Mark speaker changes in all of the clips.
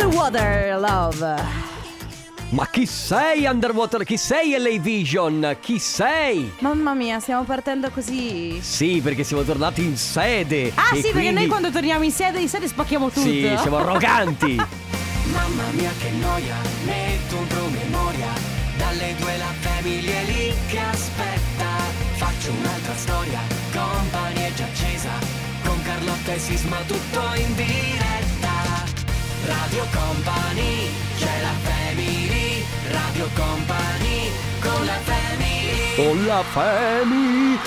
Speaker 1: Underwater Love.
Speaker 2: Ma chi sei Underwater? Chi sei LA Vision? Chi sei?
Speaker 1: Mamma mia, stiamo partendo così.
Speaker 2: Sì, perché siamo tornati in sede.
Speaker 1: Ah,
Speaker 2: e
Speaker 1: sì, perché noi
Speaker 2: quindi-
Speaker 1: quando torniamo in sede, in sede spacchiamo tutto.
Speaker 2: Sì, siamo arroganti.
Speaker 3: Mamma mia che noia, metto un promemoria Dalle due la famiglia è lì che aspetta Faccio un'altra storia, compagnia è già accesa Con Carlotta e Sisma tutto in diretta Radio Company, c'è la family Radio Company, con la family
Speaker 2: Con la family.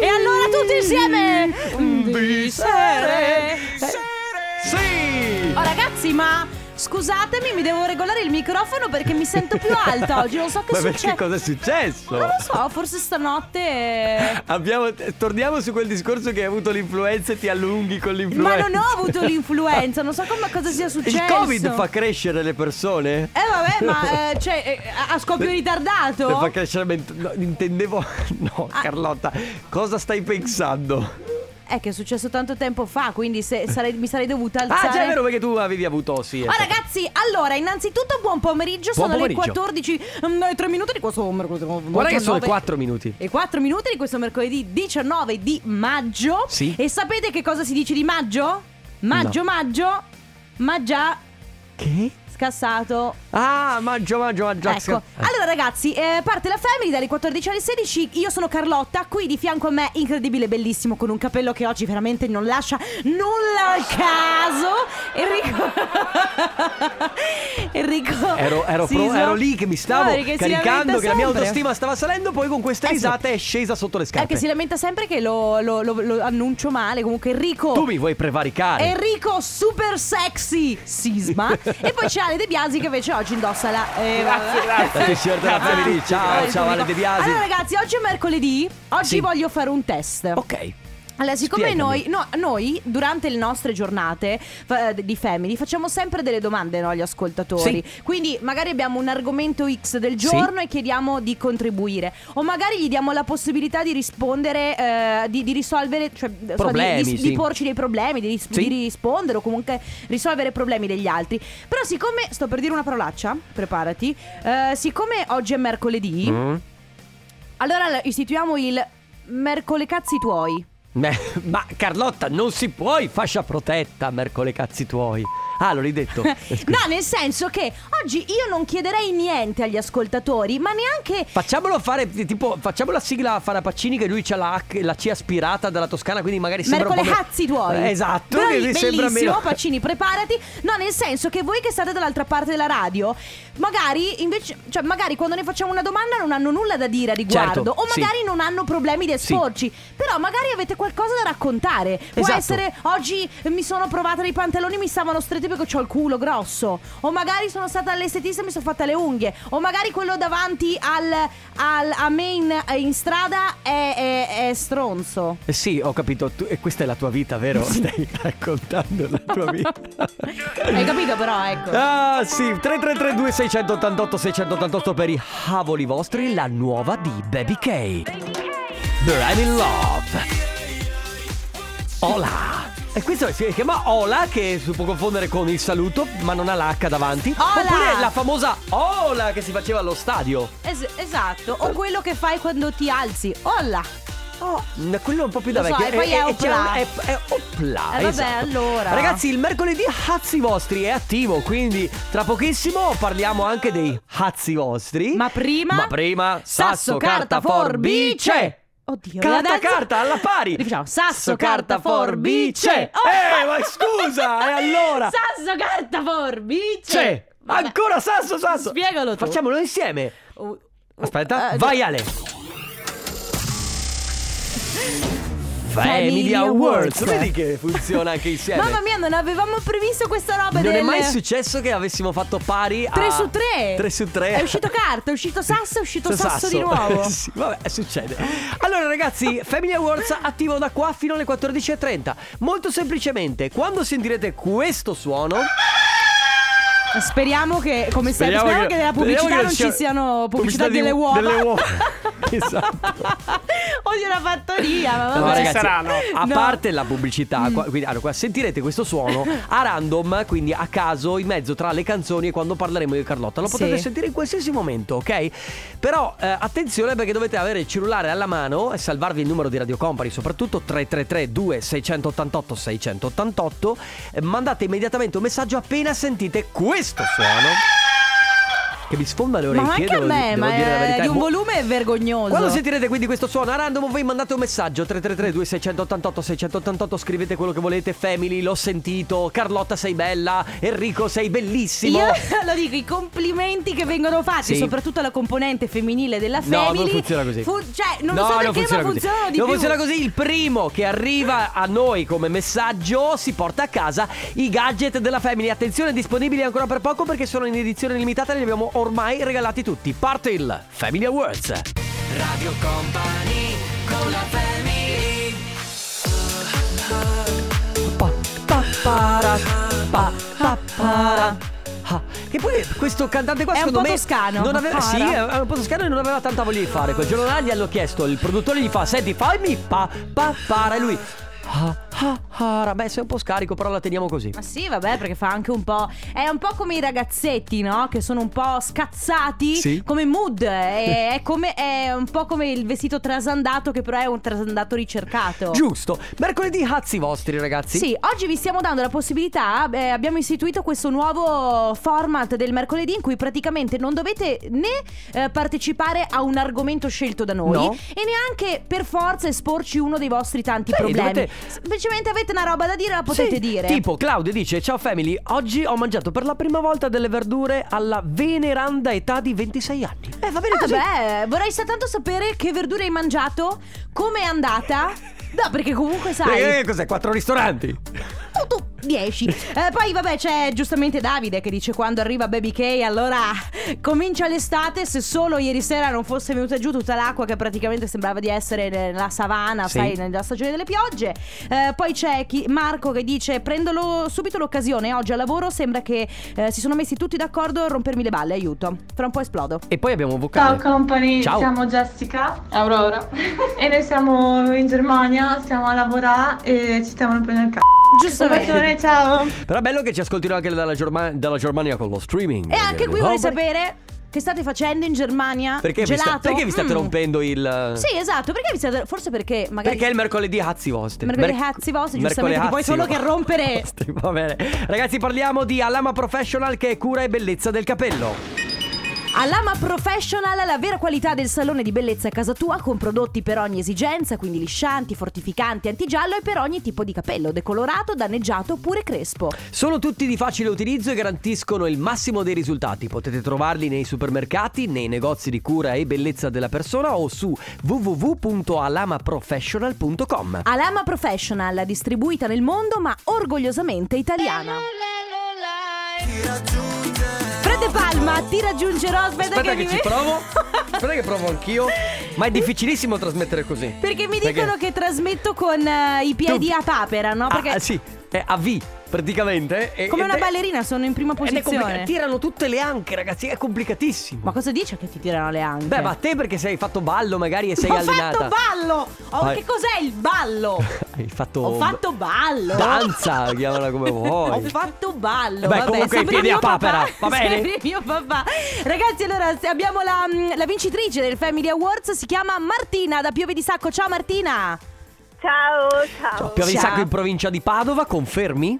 Speaker 1: E allora tutti insieme. Mm,
Speaker 2: Bisere. Sì.
Speaker 1: Oh, ragazzi, ma scusatemi, mi devo regolare il microfono perché mi sento più alta oggi. Non so che
Speaker 2: Ma
Speaker 1: succede.
Speaker 2: perché cosa è successo?
Speaker 1: Non lo so, forse stanotte.
Speaker 2: Abbiamo- torniamo su quel discorso che hai avuto l'influenza e ti allunghi con
Speaker 1: Ma
Speaker 2: l'influenza.
Speaker 1: non ho avuto l'influenza, non so come cosa sia successo.
Speaker 2: Il Covid fa crescere le persone?
Speaker 1: Eh vabbè, ma eh, cioè, eh, a- a scoppio ritardato?
Speaker 2: Per far crescere ment- no, Ah. intendevo No Carlotta Cosa stai pensando?
Speaker 1: È che è successo tanto tempo fa, quindi se- sarei- mi sarei dovuta alzare.
Speaker 2: Ah già è vero perché tu avevi avuto sì
Speaker 1: Oh,
Speaker 2: ecco.
Speaker 1: ragazzi, allora, innanzitutto buon pomeriggio,
Speaker 2: Buon
Speaker 1: sono
Speaker 2: pomeriggio.
Speaker 1: le 14 mm, e 3 minuti di questo mercoledì.
Speaker 2: Guarda che sono
Speaker 1: 9
Speaker 2: 4 minuti
Speaker 1: E 4 minuti di questo mercoledì 19 di maggio.
Speaker 2: Sì.
Speaker 1: E sapete che cosa si dice di maggio? Maggio, maggio, ma già
Speaker 2: Che?
Speaker 1: scassato.
Speaker 2: Ah maggio maggio maggio
Speaker 1: Ecco, allora ragazzi, eh, parte la family dalle 14 alle 16. Io sono Carlotta, qui di fianco a me, incredibile, bellissimo, con un capello che oggi veramente non lascia nulla al caso. Enrico. Enrico.
Speaker 2: Ero, ero pro-
Speaker 1: Sisma.
Speaker 2: ero lì che mi stavo
Speaker 1: No, perché esatto. si
Speaker 2: caricando,
Speaker 1: lamenta
Speaker 2: che la mia
Speaker 1: sempre.
Speaker 2: autostima stava salendo, poi con queste
Speaker 1: Eh sì.
Speaker 2: risate è scesa sotto le
Speaker 1: È
Speaker 2: scarpe.
Speaker 1: che si lamenta sempre che lo, lo- lo- lo annuncio male. Comunque, Enrico.
Speaker 2: Tu mi vuoi prevaricare?
Speaker 1: Enrico super sexy sisma e poi c'è Ale De Biasi che invece oggi indossa la eh,
Speaker 2: Grazie, grazie. Che signor della family.
Speaker 1: Ah,
Speaker 2: Ciao,
Speaker 1: grazie,
Speaker 2: ciao, Ale
Speaker 1: Enrico.
Speaker 2: De Biasi.
Speaker 1: Allora ragazzi oggi è mercoledì oggi
Speaker 2: Sì.
Speaker 1: voglio fare un test
Speaker 2: Ok.
Speaker 1: allora, siccome
Speaker 2: Spiegami.
Speaker 1: noi, no, noi durante le nostre giornate fa- eh, di Family facciamo sempre delle domande no, agli ascoltatori. Quindi magari abbiamo un argomento X del giorno e chiediamo di contribuire. O magari gli diamo la possibilità di rispondere, eh, di, di risolvere, cioè insomma,
Speaker 2: Problemi,
Speaker 1: di, di-
Speaker 2: sì.
Speaker 1: di porci dei problemi, di, ris- di
Speaker 2: Sì.
Speaker 1: rispondere o comunque risolvere problemi degli altri. Però siccome, sto per dire una parolaccia, preparati, eh, siccome oggi è mercoledì,
Speaker 2: Mm.
Speaker 1: allora istituiamo il mercoledì cazzi tuoi.
Speaker 2: Beh, ma Carlotta, non si puoi fascia protetta, mercoledì cazzi tuoi. Ah, l'ho ridetto. Scusa.
Speaker 1: No, nel senso che oggi io non chiederei niente agli ascoltatori, ma neanche.
Speaker 2: Facciamolo fare, tipo, facciamo la sigla a Farapaccini che lui c'ha la, H- la C aspirata dalla Toscana, quindi magari sembra un po'
Speaker 1: Mercoledì
Speaker 2: me-
Speaker 1: cazzi tuoi
Speaker 2: Eh, Esatto,
Speaker 1: Però
Speaker 2: che
Speaker 1: lì,
Speaker 2: mi sembra
Speaker 1: Bellissimo
Speaker 2: meno...
Speaker 1: Pacini preparati No nel senso che voi che state dall'altra parte della radio Magari invece Cioè magari quando ne facciamo una domanda Non hanno nulla da dire a riguardo
Speaker 2: Certo,
Speaker 1: O magari non hanno problemi da
Speaker 2: Sì.
Speaker 1: esporci Però magari avete qualcosa da raccontare Può
Speaker 2: Esatto.
Speaker 1: essere Oggi mi sono provata dei pantaloni Mi stavano stretti perché ho il culo grosso O magari sono stata all'estetista e mi sono fatta le unghie O magari quello davanti al, al- a me in, in strada è- è- è stronzo
Speaker 2: Eh Sì, ho capito, tu- e questa è la tua vita, vero? Stai raccontando la tua vita.
Speaker 1: Hai capito però, ecco.
Speaker 2: Ah sì, 3332 688 688 per i cavoli vostri, la nuova di Baby K. I'm in love. Ola. E questo si chiama Ola che si può confondere con il saluto ma non ha l'H davanti.
Speaker 1: Ola!
Speaker 2: Oppure la famosa Ola che si faceva allo stadio.
Speaker 1: Es- esatto, o quello che fai quando ti alzi. Olla!
Speaker 2: Oh, quello è un po' più da
Speaker 1: Lo so,
Speaker 2: vecchio.
Speaker 1: e poi è
Speaker 2: c'è
Speaker 1: opla.
Speaker 2: un- È, è opla.
Speaker 1: Eh, vabbè,
Speaker 2: esatto.
Speaker 1: allora.
Speaker 2: Ragazzi, il mercoledì Hazzi vostri è attivo, quindi tra pochissimo parliamo anche dei Hazzi vostri.
Speaker 1: Ma prima...
Speaker 2: Ma prima sasso, carta, forbice.
Speaker 1: Oddio, la
Speaker 2: Carta,
Speaker 1: danza-
Speaker 2: carta, alla pari!
Speaker 1: Rifacciamo, sasso, carta, forbice! Oh.
Speaker 2: Eh, ma scusa, e allora?
Speaker 1: Sasso, carta, forbice!
Speaker 2: C'è!
Speaker 1: Vabbè.
Speaker 2: Ancora sasso, sasso!
Speaker 1: Spiegalo tu.
Speaker 2: Facciamolo insieme!
Speaker 1: Uh,
Speaker 2: Aspetta,
Speaker 1: eh,
Speaker 2: vai Ale! Family Awards! Vedi che funziona anche insieme!
Speaker 1: Mamma mia, non avevamo previsto questa roba
Speaker 2: Non
Speaker 1: del...
Speaker 2: è mai successo che avessimo fatto pari a
Speaker 1: 3 su 3
Speaker 2: 3 su 3
Speaker 1: È uscito carta, è uscito sasso, è uscito sasso, di nuovo
Speaker 2: sì, vabbè, succede. Allora, ragazzi, Family Awards attivo da qua fino alle 14.30. Molto semplicemente, quando sentirete questo suono.
Speaker 1: Speriamo che, come sempre, speriamo che nella pubblicità
Speaker 2: speriamo
Speaker 1: non
Speaker 2: che
Speaker 1: ci
Speaker 2: sia-
Speaker 1: siano pubblicità,
Speaker 2: di-
Speaker 1: delle uova.
Speaker 2: delle uova. esatto.
Speaker 1: o voglio una fattoria. Ma
Speaker 2: No,
Speaker 1: vabbè.
Speaker 2: ragazzi,
Speaker 4: sarà, no?
Speaker 2: A
Speaker 1: No. Mm.
Speaker 2: parte la pubblicità, qua- quindi, allora, qua sentirete questo suono a random, quindi a caso, in mezzo tra le canzoni e quando parleremo di Carlotta. Lo
Speaker 1: Sì.
Speaker 2: potete sentire in qualsiasi momento, ok? Però eh, attenzione perché dovete avere il cellulare alla mano e salvarvi il numero di Radio Company, soprattutto 333-2688-688. Eh, Mandate immediatamente un messaggio appena sentite questo suono. Che mi sfonda le
Speaker 1: Ma
Speaker 2: orecchie,
Speaker 1: anche a
Speaker 2: devo,
Speaker 1: me,
Speaker 2: devo
Speaker 1: ma
Speaker 2: dire la
Speaker 1: è
Speaker 2: verità.
Speaker 1: di un
Speaker 2: Mo-
Speaker 1: volume vergognoso.
Speaker 2: quando sentirete quindi questo suono a random voi mandate un messaggio 333 2688 688 scrivete quello che volete Family l'ho sentito Carlotta sei bella Enrico sei bellissimo
Speaker 1: Io lo dico, i complimenti che vengono fatti,
Speaker 2: Sì.
Speaker 1: soprattutto alla componente femminile della
Speaker 2: No,
Speaker 1: family.
Speaker 2: non funziona così.
Speaker 1: fu- cioè, non
Speaker 2: No,
Speaker 1: so perché,
Speaker 2: non funziona
Speaker 1: ma
Speaker 2: così.
Speaker 1: funzionano di
Speaker 2: Non
Speaker 1: più.
Speaker 2: funziona così. Il primo che arriva a noi come messaggio si porta a casa i gadget della Family. Attenzione, disponibili ancora per poco perché sono in edizione limitata e li abbiamo ormai regalati tutti. Parte il Family Awards.
Speaker 3: Radio Company con la family
Speaker 2: Pa- pa- para- pa- pa- para. Ah, Che poi questo cantante qua
Speaker 1: È un
Speaker 2: secondo
Speaker 1: po'
Speaker 2: me
Speaker 1: toscano.
Speaker 2: non aveva,
Speaker 1: Para.
Speaker 2: Sì è un po' toscano e eh, non aveva tanta voglia di fare Quel giorno là gli hanno chiesto Il produttore gli fa Senti fammi pa pa para E lui ah, ah, para. Beh sei un po' scarico però la teniamo così
Speaker 1: Ma sì, vabbè, perché fa anche un po'. È un po' come i ragazzetti, no? Che sono un po' scazzati.
Speaker 2: Sì.
Speaker 1: Come mood. È, è come- è un po' come il vestito trasandato, che però è un trasandato ricercato.
Speaker 2: Giusto Mercoledì hazzi vostri ragazzi
Speaker 1: Sì, oggi vi stiamo dando la possibilità, eh, abbiamo istituito questo nuovo format del mercoledì in cui praticamente non dovete né eh, partecipare a un argomento scelto da noi
Speaker 2: No.
Speaker 1: e neanche per forza esporci uno dei vostri tanti
Speaker 2: Sì,
Speaker 1: problemi.
Speaker 2: dovete-
Speaker 1: Semplicemente avete una roba da dire, la potete
Speaker 2: Sì,
Speaker 1: dire.
Speaker 2: Tipo, Claudio dice: Ciao family, oggi ho mangiato per la prima volta delle verdure alla veneranda età di 26 anni. Eh, va bene
Speaker 1: Ah,
Speaker 2: così.
Speaker 1: beh, vorrei soltanto sapere che verdure hai mangiato, come è andata. No, perché comunque sai.
Speaker 2: Eh, cos'è? Quattro ristoranti?
Speaker 1: Oh, tu 10. Eh, poi vabbè c'è giustamente Davide che dice quando arriva Baby K allora comincia l'estate se solo ieri sera non fosse venuta giù tutta l'acqua che praticamente sembrava di essere nella savana,
Speaker 2: Sì.
Speaker 1: sai, nella stagione delle piogge. Eh, poi c'è chi- Marco che dice prendolo subito l'occasione, oggi al lavoro sembra che eh, si sono messi tutti d'accordo a rompermi le balle, aiuto. Fra un po' esplodo.
Speaker 2: E poi abbiamo un
Speaker 5: Ciao
Speaker 2: vocale.
Speaker 5: company,
Speaker 2: Ciao.
Speaker 5: siamo Jessica, Aurora e noi siamo in Germania, stiamo a lavorare e ci stiamo rompendo il c***o. Un
Speaker 1: Giustamente.
Speaker 5: bacione, ciao!
Speaker 2: Però è bello che ci ascoltino anche dalla, Germa- dalla Germania con lo streaming.
Speaker 1: E anche qui vorrei sapere che state facendo in Germania?
Speaker 2: Perché vi,
Speaker 1: Gelato?
Speaker 2: sta- perché vi state
Speaker 1: Mm.
Speaker 2: rompendo il. eh,
Speaker 1: Sì, esatto, perché vi state forse perché magari
Speaker 2: Perché è il mercoledì Hazzi vostri.
Speaker 1: Mercoledì Hazzi vostri, giustamente,
Speaker 2: Mercoledì
Speaker 1: che puoi
Speaker 2: Hazzi
Speaker 1: solo che rompere.
Speaker 2: vostri, Va bene. Ragazzi, parliamo di Alama Professional che è cura e bellezza del capello.
Speaker 1: All'Ama Professional la vera qualità del salone di bellezza a casa tua con prodotti per ogni esigenza, quindi liscianti, fortificanti, antigiallo e per ogni tipo di capello, decolorato, danneggiato oppure crespo.
Speaker 2: Sono tutti di facile utilizzo e garantiscono il massimo dei risultati. Potete trovarli nei supermercati, nei negozi di cura e bellezza della persona o su www.alamaprofessional.com.
Speaker 1: Alama Professional, distribuita nel mondo ma orgogliosamente italiana. Fred De Palma, ti raggiungerò, aspetta,
Speaker 2: Aspetta
Speaker 1: mi
Speaker 2: che ci
Speaker 1: metto-
Speaker 2: provo. Aspetta che provo anch'io. Ma è difficilissimo trasmettere così.
Speaker 1: Perché mi dicono che trasmetto con eh, i piedi
Speaker 2: Tu-
Speaker 1: a papera, no? Perché
Speaker 2: Ah, sì, è a V praticamente. e-
Speaker 1: come
Speaker 2: ed
Speaker 1: una
Speaker 2: è-
Speaker 1: ballerina sono in prima
Speaker 2: ed è complica-
Speaker 1: posizione.
Speaker 2: Tirano tutte le anche, ragazzi, è complicatissimo.
Speaker 1: Ma cosa dice che ti tirano le anche?
Speaker 2: Beh, ma a te perché sei fatto ballo magari e sei
Speaker 1: Ho
Speaker 2: allenata.
Speaker 1: fatto ballo! Oh,
Speaker 2: Vai.
Speaker 1: che cos'è il ballo?
Speaker 2: Hai fatto
Speaker 1: Ho fatto ballo!
Speaker 2: Danza, chiamala come
Speaker 1: Ho
Speaker 2: vuoi.
Speaker 1: fatto ballo.
Speaker 2: Beh,
Speaker 1: Vabbè,
Speaker 2: comunque i
Speaker 1: sembri
Speaker 2: piedi
Speaker 1: mio
Speaker 2: a papera,
Speaker 1: papà.
Speaker 2: va bene?
Speaker 1: Sembri mio papà. Ragazzi, allora se- abbiamo la, mm, la vincitrice del Family Awards, si chiama Martina da Piove di Sacco. Ciao Martina!
Speaker 6: Ciao, ciao.
Speaker 2: Cioè, Piove di
Speaker 1: Ciao.
Speaker 2: Sacco in provincia di Padova, confermi?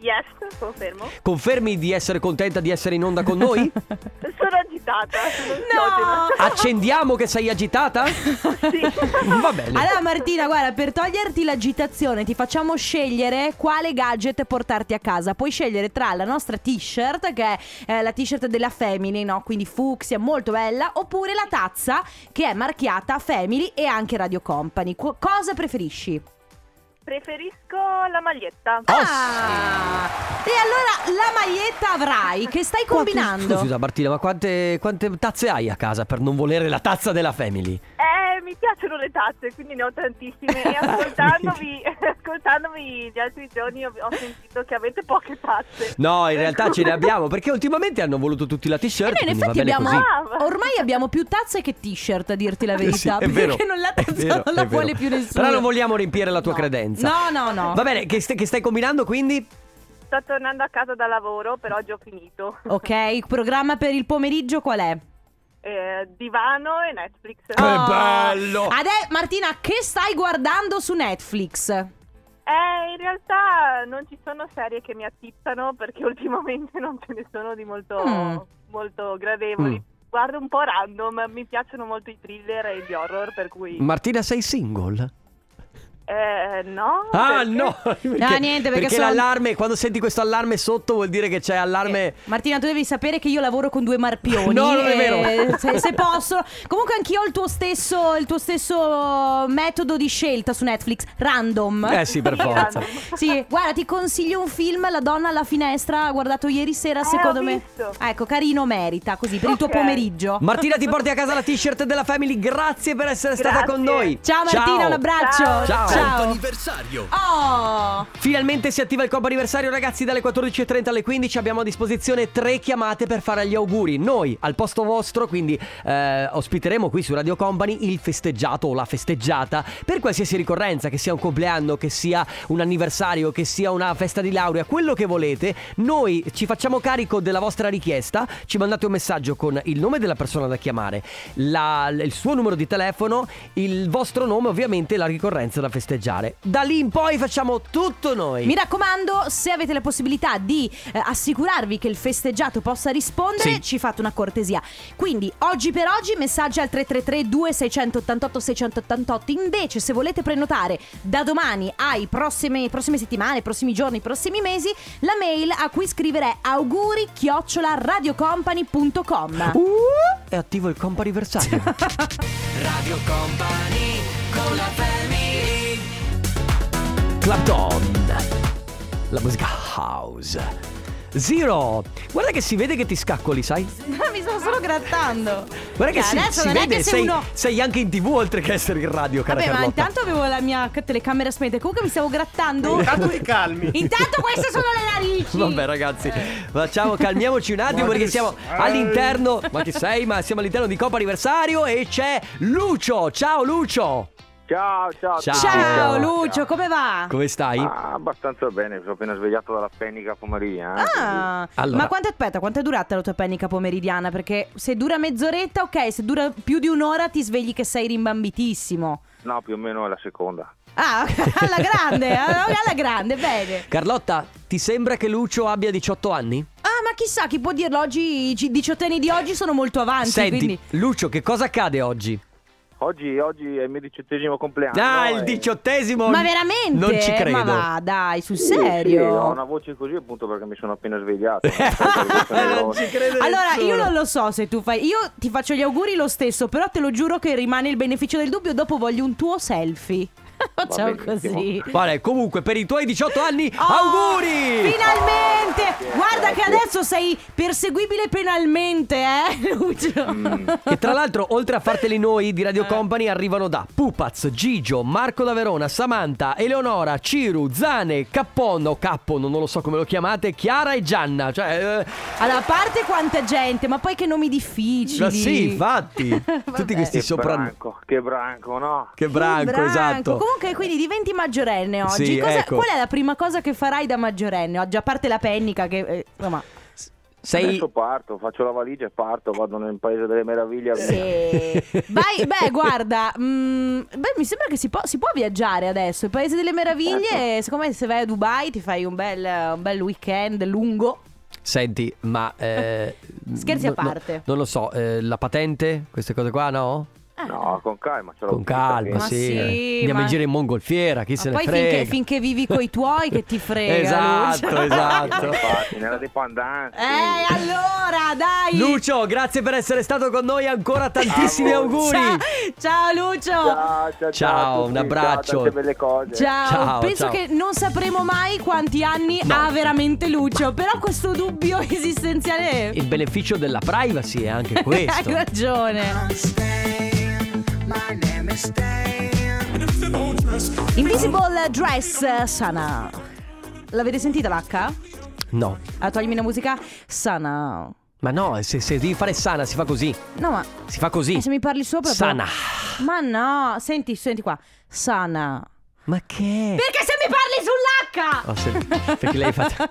Speaker 6: Yes, confermo.
Speaker 2: Confermi di essere contenta di essere in onda con noi?
Speaker 6: Sono agitata. sono esplodina.
Speaker 1: No!
Speaker 2: Accendiamo che sei agitata? Va bene.
Speaker 1: Allora Martina, guarda, per toglierti l'agitazione ti facciamo scegliere quale gadget portarti a casa. Puoi scegliere tra la nostra t-shirt, che è eh, la t-shirt della Family, no? Quindi fucsia, molto bella, oppure la tazza che è marchiata Family e anche Radio Company. Co- cosa preferisci?
Speaker 6: Preferisco la maglietta.
Speaker 2: Oh,
Speaker 1: Ah! E allora la maglietta avrai, che stai combinando?
Speaker 2: Scusa Martina, ma quante, quante tazze hai a casa per non volere la tazza della family?
Speaker 6: Eh, mi piacciono le tazze, quindi ne ho tantissime. E ascoltandovi, ascoltandovi gli altri giorni ho, ho sentito che avete poche tazze.
Speaker 2: No, in realtà ce ne abbiamo perché ultimamente hanno voluto tutti la
Speaker 1: Eh, noi
Speaker 2: t-shirt.
Speaker 1: in
Speaker 2: Certo, quindi va
Speaker 1: effetti
Speaker 2: bene
Speaker 1: abbiamo,
Speaker 2: così. Eh
Speaker 6: così.
Speaker 1: ormai abbiamo più tazze che t-shirt a dirti la verità,
Speaker 2: Sì, è
Speaker 1: perché
Speaker 2: vero,
Speaker 1: non la
Speaker 2: è
Speaker 1: tazza
Speaker 2: vero,
Speaker 1: non la
Speaker 2: è vero.
Speaker 1: vuole più nessuno.
Speaker 2: Però non vogliamo riempire la tua
Speaker 1: No.
Speaker 2: credenza.
Speaker 1: No, no, no.
Speaker 2: Va bene, che, st- che stai combinando quindi?
Speaker 6: Sto tornando a casa da lavoro, per oggi ho finito.
Speaker 1: Oh. Ok, programma per il pomeriggio qual è?
Speaker 6: Eh, divano e Netflix.
Speaker 2: Che
Speaker 1: Oh.
Speaker 2: bello!
Speaker 1: Adè, Martina, che stai guardando su Netflix?
Speaker 6: Eh, in realtà non ci sono serie che mi attizzano perché ultimamente non ce ne sono di molto,
Speaker 1: Mm.
Speaker 6: molto gradevoli.
Speaker 2: Mm.
Speaker 6: Guardo un po' random, mi piacciono molto i thriller e gli horror, per cui...
Speaker 2: Martina, sei single?
Speaker 6: Eh, no.
Speaker 2: Ah,
Speaker 6: perché-
Speaker 2: no!
Speaker 1: No, niente, perché sono-
Speaker 2: l'allarme, quando senti questo allarme sotto, vuol dire che c'è allarme.
Speaker 1: Eh, Martina, tu devi sapere che io lavoro con due marpioni.
Speaker 2: No, non è
Speaker 1: e
Speaker 2: vero.
Speaker 1: Se, se posso. Comunque, anch'io ho il tuo, stesso, il tuo stesso metodo di scelta su Netflix, random.
Speaker 2: Eh sì, per forza.
Speaker 6: Random.
Speaker 1: Sì, guarda, ti consiglio un film, La donna alla finestra, guardato ieri sera,
Speaker 6: Eh,
Speaker 1: secondo
Speaker 6: ho
Speaker 1: me.
Speaker 6: visto.
Speaker 1: Ecco, carino, merita, così per il tuo
Speaker 6: Ok.
Speaker 1: pomeriggio.
Speaker 2: Martina ti porti a casa la t-shirt della Family, grazie per essere stata
Speaker 6: Grazie.
Speaker 2: con noi.
Speaker 1: Ciao Martina, un abbraccio.
Speaker 2: Ciao.
Speaker 4: anniversario.
Speaker 1: Oh!
Speaker 2: Finalmente si attiva il compo anniversario ragazzi dalle 14.30 alle 15 abbiamo a disposizione tre chiamate per fare gli auguri Noi al posto vostro quindi eh, ospiteremo qui su Radio Company il festeggiato o la festeggiata Per qualsiasi ricorrenza che sia un compleanno, che sia un anniversario, che sia una festa di laurea Quello che volete Noi ci facciamo carico della vostra richiesta Ci mandate un messaggio con il nome della persona da chiamare la- Il suo numero di telefono Il vostro nome ovviamente e la ricorrenza da festeggiare Da lì in poi facciamo tutto noi
Speaker 1: Mi raccomando, se avete la possibilità di eh, assicurarvi che il festeggiato possa rispondere,
Speaker 2: Sì.
Speaker 1: ci fate una cortesia. Quindi, oggi per oggi, messaggi al 333-2688-688. Invece, se volete prenotare da domani ai prossime, prossime settimane, prossimi giorni, prossimi mesi, la mail a cui scrivere è auguri radiocompany.com.
Speaker 2: Uh, è attivo il compo anniversario
Speaker 3: Radio Company con la family
Speaker 2: Clapton La musica house Zero Guarda che si vede che ti scaccoli sai
Speaker 1: Mi sto solo grattando.
Speaker 2: Guarda
Speaker 1: Cioè,
Speaker 2: che si,
Speaker 1: adesso
Speaker 2: si
Speaker 1: non è
Speaker 2: vede
Speaker 1: che se
Speaker 2: sei,
Speaker 1: uno
Speaker 2: sei anche in tv oltre che essere in radio cara
Speaker 1: Vabbè, ma
Speaker 2: Carlotta.
Speaker 1: intanto avevo la mia c- telecamera spenta. Comunque mi stavo grattando.
Speaker 4: Intanto ti calmi.
Speaker 1: Intanto queste sono le narici.
Speaker 2: Vabbè ragazzi, facciamo, calmiamoci un attimo
Speaker 4: Ma
Speaker 2: perché
Speaker 4: che
Speaker 2: siamo
Speaker 4: sei?
Speaker 2: all'interno, ma che sei, ma siamo all'interno di Coppa Anniversario e c'è Lucio, ciao Lucio,
Speaker 7: Ciao, ciao. a
Speaker 2: Ciao.
Speaker 7: tutti,
Speaker 1: Ciao
Speaker 2: Ah,
Speaker 1: Lucio, come va?
Speaker 2: come stai?
Speaker 7: Ah, abbastanza bene, mi sono appena svegliato dalla pennica pomeridiana. quindi-
Speaker 1: Ah,
Speaker 2: Allora.
Speaker 1: ma quanto aspetta, quanto è durata la tua pennica pomeridiana? Perché se dura mezz'oretta, ok, se dura più di un'ora ti svegli che sei rimbambitissimo.
Speaker 7: No, più o meno è la seconda.
Speaker 1: Ah, ok, alla grande, alla alla grande, bene.
Speaker 2: Carlotta, ti sembra che Lucio abbia 18 anni?
Speaker 1: Ah, ma chissà, chi può dirlo oggi, i diciottenni di oggi sono molto avanti,
Speaker 2: Senti,
Speaker 1: quindi...
Speaker 2: Lucio, che cosa accade oggi?
Speaker 7: Oggi, oggi è il mio diciottesimo compleanno. eh.
Speaker 2: ah, il
Speaker 4: eh.
Speaker 7: e-
Speaker 2: diciottesimo!
Speaker 1: Ma veramente?
Speaker 2: Non ci credo.
Speaker 1: Ma va, dai, sul
Speaker 7: Sì, Sì, ho
Speaker 1: serio?
Speaker 7: una voce così appunto perché mi sono appena svegliato.
Speaker 2: non ci credo
Speaker 1: Allora,
Speaker 2: nessuno.
Speaker 1: io non lo so se tu fai. Io ti faccio gli auguri lo stesso, però te lo giuro che rimane il beneficio del dubbio. Dopo voglio un tuo selfie. Facciamo
Speaker 7: benissimo.
Speaker 1: così.
Speaker 2: Vabbè, comunque, per i tuoi 18 anni,
Speaker 1: Oh,
Speaker 2: auguri!
Speaker 1: Finalmente! Guarda che
Speaker 7: grazie.
Speaker 1: adesso sei perseguibile penalmente, eh, Lucio.
Speaker 2: E tra l'altro, oltre a farteli noi di Radio Company, arrivano da Pupaz, Gigio, Marco da Verona, Samantha, Eleonora, Ciru, Zane, Capponno, Cappono, non lo so come lo chiamate, Chiara e Gianna. Cioè, eh,
Speaker 1: Allora, a parte quanta gente, ma poi che nomi difficili.
Speaker 2: ma sì, infatti. Tutti
Speaker 1: Vabbè.
Speaker 2: questi
Speaker 7: Che
Speaker 2: soprannomi.
Speaker 7: branco, che branco, no?
Speaker 2: Che branco,
Speaker 1: Che branco.
Speaker 2: esatto.
Speaker 1: Comunque, quindi diventi maggiorenne oggi.
Speaker 2: Sì,
Speaker 1: Cosa-
Speaker 2: ecco.
Speaker 1: Qual è la prima cosa che farai da maggiorenne oggi? A parte la pennica, che. eh, insomma.
Speaker 2: Sei,
Speaker 7: Adesso parto, faccio la valigia e parto, vado nel paese delle meraviglie.
Speaker 1: Sì. Vai, beh, guarda, mm, beh, mi sembra che si può, si può viaggiare adesso. Il paese delle meraviglie,
Speaker 2: Certo.
Speaker 1: eh, secondo me, se vai a Dubai ti fai un bel, un bel weekend lungo.
Speaker 2: Senti, ma... eh,
Speaker 1: Scherzi a
Speaker 2: no- no-
Speaker 1: parte.
Speaker 2: non lo so, eh, la patente, queste cose qua, no?
Speaker 1: Eh.
Speaker 7: No, con calma, ce l'ho
Speaker 2: Con
Speaker 7: vista
Speaker 2: calma,
Speaker 1: Ma
Speaker 7: che-
Speaker 2: sì.
Speaker 1: sì,
Speaker 2: Andiamo
Speaker 1: ma-
Speaker 2: in giro in mongolfiera, chi
Speaker 1: Ma
Speaker 2: se ne
Speaker 1: poi
Speaker 2: frega.
Speaker 1: finché, finché vivi coi tuoi che ti frega. cioè.
Speaker 2: Esatto,
Speaker 1: Lucio.
Speaker 2: esatto.
Speaker 7: Infatti, nella dependenza.
Speaker 1: Eh, allora, dai.
Speaker 2: Lucio, grazie per essere stato con noi ancora tantissimi
Speaker 7: Ciao.
Speaker 2: auguri.
Speaker 1: Ciao, ciao, Lucio.
Speaker 7: Ciao, ciao,
Speaker 2: Ciao,
Speaker 7: a tutti,
Speaker 2: un abbraccio.
Speaker 7: Ciao, tante belle cose.
Speaker 1: Ciao.
Speaker 2: Ciao,
Speaker 1: penso
Speaker 2: ciao.
Speaker 1: che non sapremo mai quanti anni
Speaker 2: No.
Speaker 1: ha veramente Lucio, però questo dubbio esistenziale
Speaker 2: Il beneficio della privacy è anche questo.
Speaker 1: Hai ragione.
Speaker 3: My name
Speaker 1: Invisible Dress eh, Sana. L'avete sentita l'H?
Speaker 2: No.
Speaker 1: Ah, toglimi una musica sana.
Speaker 2: Ma no, se, se devi fare sana si fa così.
Speaker 1: No, ma
Speaker 2: Si fa così.
Speaker 1: eh, se mi parli sopra
Speaker 2: Sana.
Speaker 1: Ma no, senti, senti qua. Sana.
Speaker 2: Ma che?
Speaker 1: Perché se mi parli sull'H?
Speaker 2: Eh. Oh, sì, perché lei fa-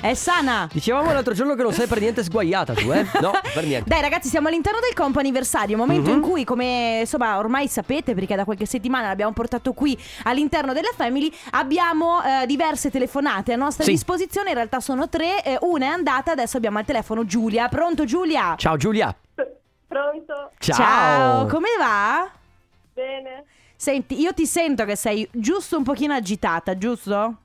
Speaker 1: È sana.
Speaker 2: Dicevamo l'altro giorno che non sei per niente sguaiata tu, eh? No, per niente. Mhm.
Speaker 1: Dai ragazzi siamo all'interno del compo anniversario Momento in cui come insomma ormai sapete Perché da qualche settimana l'abbiamo portato qui All'interno della family Abbiamo eh, diverse telefonate a nostra
Speaker 2: Sì.
Speaker 1: disposizione In realtà sono tre eh, Una è andata Adesso abbiamo al telefono Giulia Pronto Giulia?
Speaker 2: Ciao Giulia.
Speaker 6: Pronto?
Speaker 2: Ciao.
Speaker 1: Come va?
Speaker 6: Bene?
Speaker 1: Senti io ti sento che sei giusto un pochino agitata Giusto?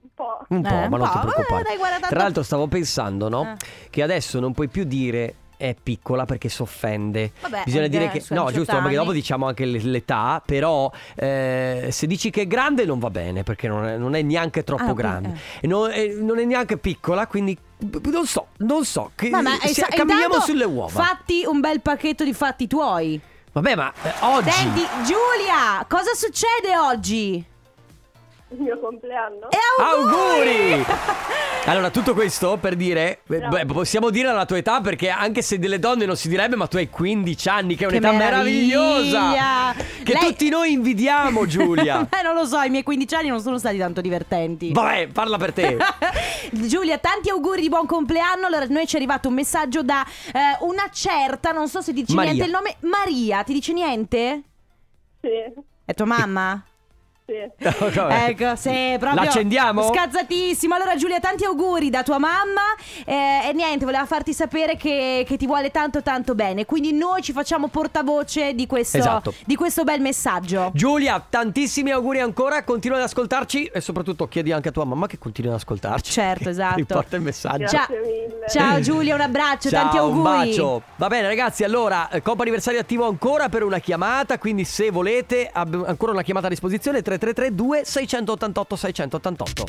Speaker 6: Un po'.
Speaker 2: Un po',
Speaker 1: Eh, un
Speaker 2: ma non ti
Speaker 1: po'.
Speaker 2: preoccupare.
Speaker 1: Eh, dai, guarda, tanto-
Speaker 2: Tra l'altro stavo pensando, no?
Speaker 1: Ah.
Speaker 2: Che adesso non puoi più dire è piccola perché si offende.
Speaker 1: Vabbè,
Speaker 2: Bisogna
Speaker 1: eh,
Speaker 2: dire
Speaker 1: beh,
Speaker 2: che
Speaker 1: scusa,
Speaker 2: no,
Speaker 1: 18
Speaker 2: giusto, perché
Speaker 1: anni.
Speaker 2: dopo diciamo anche l- l'età, però eh, se dici che è grande non va bene perché non è, non è neanche troppo
Speaker 1: Ah, ok,
Speaker 2: grande.
Speaker 1: eh.
Speaker 2: E non, e non è neanche piccola, quindi b- non so, non so che
Speaker 1: Ma, ma,
Speaker 2: Eh, se-
Speaker 1: esa-
Speaker 2: camminiamo
Speaker 1: intanto
Speaker 2: sulle uova.
Speaker 1: Fatti un bel pacchetto di fatti tuoi
Speaker 2: Vabbè, ma eh, oggi
Speaker 1: Senti Giulia Cosa succede oggi?
Speaker 6: Il mio compleanno?
Speaker 1: E
Speaker 2: Auguri! Allora, tutto questo per dire, beh, beh, possiamo dire alla tua età perché anche se delle donne non si direbbe, ma tu hai 15 anni, che è un'età
Speaker 1: meraviglia!
Speaker 2: meravigliosa! Che
Speaker 1: Lei-
Speaker 2: tutti noi invidiamo, Giulia!
Speaker 1: Beh, Eh, non lo so, i miei 15 anni non sono stati tanto divertenti.
Speaker 2: Vabbè, parla per te!
Speaker 1: Giulia, tanti auguri di buon compleanno. Allora, noi ci è arrivato un messaggio da eh, una certa, non so se dici
Speaker 2: Maria.
Speaker 1: niente il nome. Maria, ti dice niente?
Speaker 6: Sì,
Speaker 1: È tua mamma?
Speaker 6: sì.
Speaker 2: Vabbè.
Speaker 1: Ecco, se proprio
Speaker 2: L'accendiamo?
Speaker 1: Scazzatissimo. Allora, Giulia, tanti auguri da tua mamma. Eh, e niente, voleva farti sapere che, che ti vuole tanto tanto bene. Quindi noi ci facciamo portavoce di questo,
Speaker 2: Esatto.
Speaker 1: di questo bel messaggio.
Speaker 2: Giulia, tantissimi auguri ancora, continua ad ascoltarci e soprattutto chiedi anche a tua mamma che continui ad ascoltarci.
Speaker 1: Certo,
Speaker 2: Che
Speaker 1: esatto.
Speaker 2: Riporta il messaggio.
Speaker 1: Ciao.
Speaker 6: Grazie mille.
Speaker 1: Ciao Giulia, un abbraccio, tanti
Speaker 2: Ciao,
Speaker 1: auguri.
Speaker 2: Un bacio. Va bene, ragazzi. Allora, eh, Coppa Anniversario attivo ancora per una chiamata. Quindi, se volete, abbiamo ancora una chiamata a disposizione: 3332 688 688.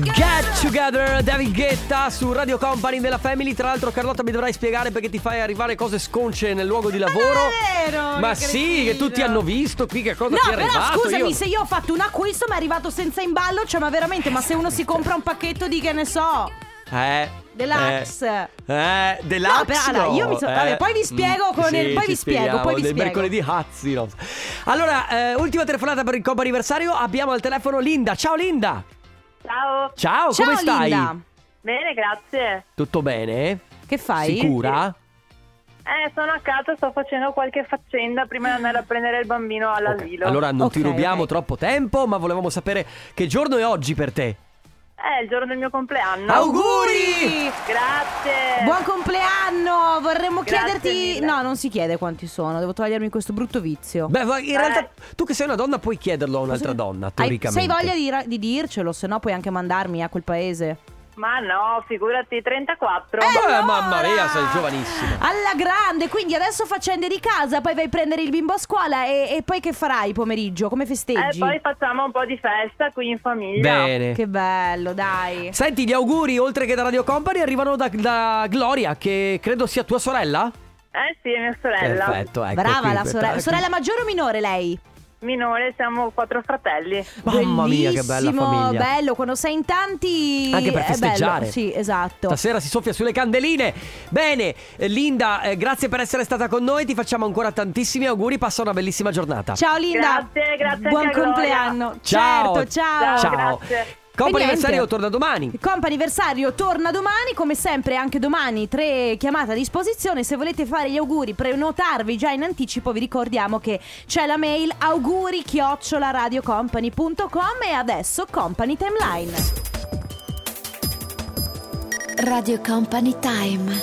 Speaker 2: Get Together, David Guetta su Radio Company della Family. Tra l'altro, Carlotta, mi dovrai spiegare perché ti fai arrivare cose sconce nel luogo di lavoro.
Speaker 1: è vero,
Speaker 2: Ma
Speaker 1: che
Speaker 2: sì,
Speaker 1: cretino.
Speaker 2: che tutti hanno visto qui che cosa
Speaker 1: No,
Speaker 2: ti è
Speaker 1: però
Speaker 2: arrivato.
Speaker 1: scusami,
Speaker 2: Io-
Speaker 1: se io ho fatto un acquisto ma è arrivato senza imballo, cioè ma veramente, ma se uno si compra un pacchetto di che ne so,
Speaker 2: Eh.
Speaker 1: Deluxe.
Speaker 2: Eh, eh deluxe.
Speaker 1: No, però, allora, io mi so- vabbè, poi vi spiego con il- poi
Speaker 2: Eh, mm, ci
Speaker 1: vi spiego,
Speaker 2: spieghiamo,
Speaker 1: poi vi
Speaker 2: del
Speaker 1: spiego.
Speaker 2: mercoledì Hazzi. no. Allora, eh, ultima telefonata per il compo anniversario. Abbiamo al telefono Linda. Ciao Linda.
Speaker 6: Ciao.
Speaker 2: Ciao,
Speaker 1: ciao
Speaker 2: come stai?
Speaker 1: Linda.
Speaker 6: Bene, grazie.
Speaker 2: Tutto bene?
Speaker 1: Che fai?
Speaker 2: Sicura?
Speaker 6: Eh, sono a casa, sto facendo qualche faccenda prima di andare a prendere il bambino all'asilo.
Speaker 2: Ok, Allora non ti
Speaker 1: Ok,
Speaker 2: rubiamo
Speaker 1: ok.
Speaker 2: troppo tempo, ma volevamo sapere che giorno è oggi per te.
Speaker 6: Eh, È il giorno del mio compleanno.
Speaker 2: Auguri!
Speaker 6: Grazie.
Speaker 1: Buon compleanno! Vorremmo
Speaker 6: Eh. Grazie
Speaker 1: chiederti
Speaker 6: mille.
Speaker 1: No, non si chiede quanti sono, devo togliermi questo brutto vizio.
Speaker 2: Beh, vai- in
Speaker 6: Eh.
Speaker 2: realtà tu che sei una donna puoi chiederlo a un'altra
Speaker 1: Posso-
Speaker 2: donna,
Speaker 1: Hai, se
Speaker 2: teoricamente.
Speaker 1: hai voglia di, ra- di dircelo, se no puoi anche mandarmi a quel paese.
Speaker 6: Ma no, figurati, 34.
Speaker 2: Eh,
Speaker 1: allora!
Speaker 2: mamma mia, sei giovanissima.
Speaker 1: Alla grande, quindi adesso faccende di casa, poi vai a prendere il bimbo a scuola e, e poi che farai pomeriggio? Come
Speaker 6: Eh,
Speaker 1: festeggi?
Speaker 6: poi facciamo un po' di festa qui in famiglia.
Speaker 2: Bene.
Speaker 1: Che bello, dai.
Speaker 2: Senti, gli auguri, oltre che da Radio Company, arrivano da, da Gloria, che credo sia tua sorella.
Speaker 6: Eh sì, è mia sorella.
Speaker 2: Perfetto, ecco.
Speaker 1: Brava
Speaker 2: qui,
Speaker 1: la
Speaker 2: per-
Speaker 1: sorella. Sorella maggiore o minore lei?
Speaker 6: Minore, siamo quattro fratelli.
Speaker 2: Mamma mia, che bella
Speaker 1: Bellissimo,
Speaker 2: famiglia.
Speaker 1: bello, quando sei in tanti.
Speaker 2: Anche per
Speaker 1: è
Speaker 2: festeggiare.
Speaker 1: bello. Sì, esatto.
Speaker 2: Stasera si soffia sulle candeline. Bene, eh, Linda, eh, grazie per essere stata con noi. Ti facciamo ancora tantissimi auguri. Passa una bellissima giornata.
Speaker 1: Ciao Linda.
Speaker 6: Grazie, grazie
Speaker 1: Buon
Speaker 6: anche a Gloria.
Speaker 1: compleanno.
Speaker 2: Ciao.
Speaker 1: Certo, ciao.
Speaker 6: Ciao.
Speaker 2: Ciao.
Speaker 6: grazie.
Speaker 2: Compo
Speaker 1: E niente.
Speaker 2: anniversario torna domani.
Speaker 1: Il comp anniversario torna domani, come sempre anche domani tre chiamate a disposizione, se volete fare gli auguri, prenotarvi già in anticipo, vi ricordiamo che c'è la mail auguri radiocompany.com e adesso Company Timeline.
Speaker 8: Radio Company Time.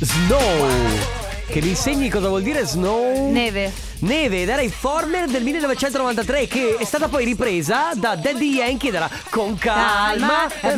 Speaker 2: Snow. Che mi insegni cosa vuol dire snow?
Speaker 1: Neve.
Speaker 2: Neve ed era Informer del 1993 che è stata poi ripresa da Daddy Yankee ed era Con calma. Eh,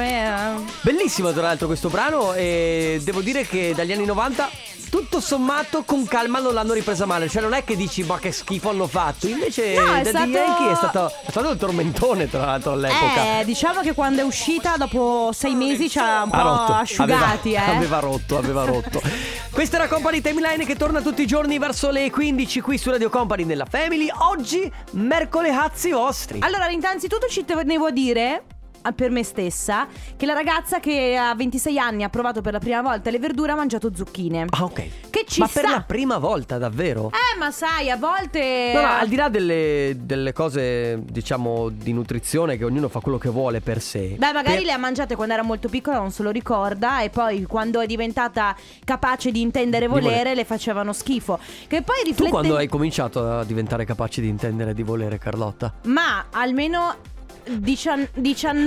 Speaker 1: Eh,
Speaker 2: Bellissimo tra l'altro questo brano e devo dire che dagli anni 90 tu- tutto sommato con calma non l'hanno ripresa male. Cioè non è che dici ma che schifo hanno fatto. Invece
Speaker 1: No, è
Speaker 2: Daddy
Speaker 1: stato-
Speaker 2: Yankee è stato, è stato il tormentone tra l'altro all'epoca.
Speaker 1: Eh, diciamo che quando è uscita dopo sei mesi ci ha un po'
Speaker 2: Ha Ah, rotto.
Speaker 1: asciugati,
Speaker 2: aveva,
Speaker 1: eh.
Speaker 2: aveva rotto, aveva rotto. Questa è la Company Timeline che torna tutti i giorni verso le 15 qui su Radio Company nella Family. Oggi, mercoledazzi vostri.
Speaker 1: Allora, innanzitutto ci tenevo a dire ah, per me stessa che la ragazza che a 26 anni ha provato per la prima volta le verdure ha mangiato zucchine.
Speaker 2: Ah, ok.
Speaker 1: Che ci
Speaker 2: Ma
Speaker 1: sta.
Speaker 2: per la prima volta, davvero?
Speaker 1: Eh, ma sai, a volte
Speaker 2: No, no, al di là delle, delle cose, diciamo, di nutrizione, che ognuno fa quello che vuole per sé.
Speaker 1: Beh, magari
Speaker 2: Per-
Speaker 1: le ha mangiate quando era molto piccola, non se lo ricorda, e poi quando è diventata capace di intendere e
Speaker 2: Di volere.
Speaker 1: volere, le facevano schifo. Che poi
Speaker 2: Tu
Speaker 1: riflette.
Speaker 2: quando hai cominciato a diventare capace di intendere e di volere, Carlotta?
Speaker 1: Ma almeno dician-